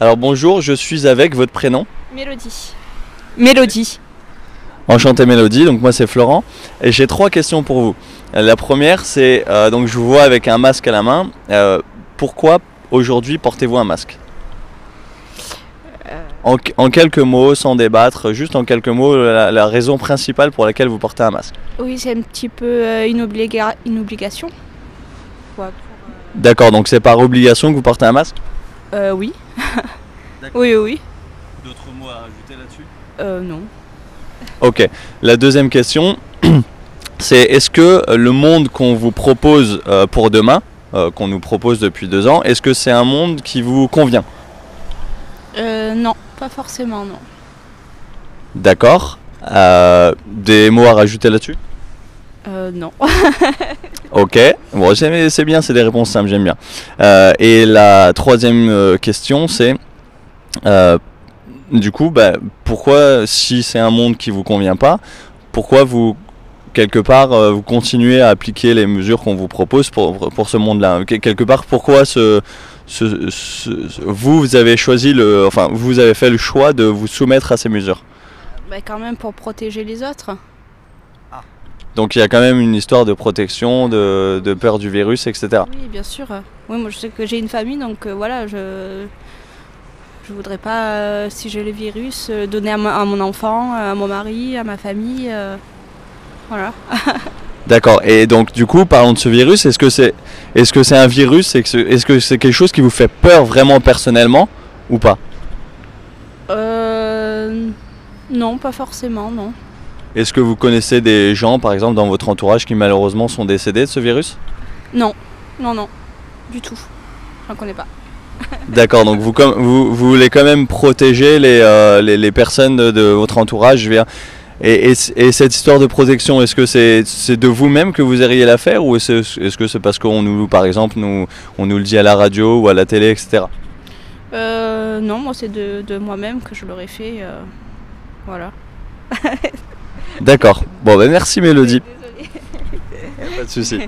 Alors bonjour, je suis avec votre prénom. Mélodie. Mélodie. Enchanté Mélodie, donc moi c'est Florent et j'ai trois questions pour vous. Euh, La première c'est, euh, donc je vous vois avec un masque à la main, Euh, pourquoi aujourd'hui portez-vous un masque Euh. en, en quelques mots, sans débattre, juste en quelques mots, la, la raison principale pour laquelle vous portez un masque. Oui, c'est un petit peu euh, une, obliga- une obligation. D'accord, donc c'est par obligation que vous portez un masque Euh, oui. D'accord. oui, oui, oui. D'autres mots à ajouter là-dessus Euh, non. Ok. La deuxième question, c'est est-ce que euh, le monde qu'on vous propose euh, pour demain, euh, qu'on nous propose depuis deux ans, est-ce que c'est un monde qui vous convient Euh, non, pas forcément, non. D'accord. Euh, des mots à rajouter là-dessus Euh, non. Ok. Bon, c'est c'est bien, c'est des réponses simples, j'aime bien. Euh, et la troisième euh, question, c'est euh, du coup, bah, pourquoi, si c'est un monde qui vous convient pas, pourquoi vous quelque part euh, vous continuez à appliquer les mesures qu'on vous propose pour, pour ce monde-là Que- Quelque part, pourquoi ce, ce- ce- ce- vous vous avez choisi le, enfin, vous avez fait le choix de vous soumettre à ces mesures Bah, quand même pour protéger les autres. Donc il y a quand même une histoire de protection, de, de peur du virus, etc. Oui, bien sûr. Oui, moi je sais que j'ai une famille, donc euh, voilà, je je voudrais pas, euh, si j'ai le virus, euh, donner à, mon- à mon enfant, euh, à mon mari, à ma famille. euh, voilà. D'accord. Et donc du coup, parlons de ce virus. Est-ce que c'est est-ce que c'est un virus Est-ce que c'est -ce que c'est quelque chose qui vous fait peur vraiment personnellement ou pas Euh, non, pas forcément, non. Est-ce que vous connaissez des gens, par exemple, dans votre entourage qui malheureusement sont décédés de ce virus Non, non, du tout. J'en connais pas. D'accord. Donc vous, com- vous vous voulez quand même protéger les euh, les, les personnes de, de votre entourage. Je veux dire. Et, et, et cette histoire de protection, est-ce que c'est c'est de vous-même que vous auriez la faire ou est-ce est-ce que c'est parce qu'on nous, par exemple, nous, on nous le dit à la radio ou à la télé, etc. Euh, non, moi c'est de, de moi-même que je l'aurais fait. euh, voilà. D'accord. Bon, ben merci Mélodie. Désolée. Pas de souci.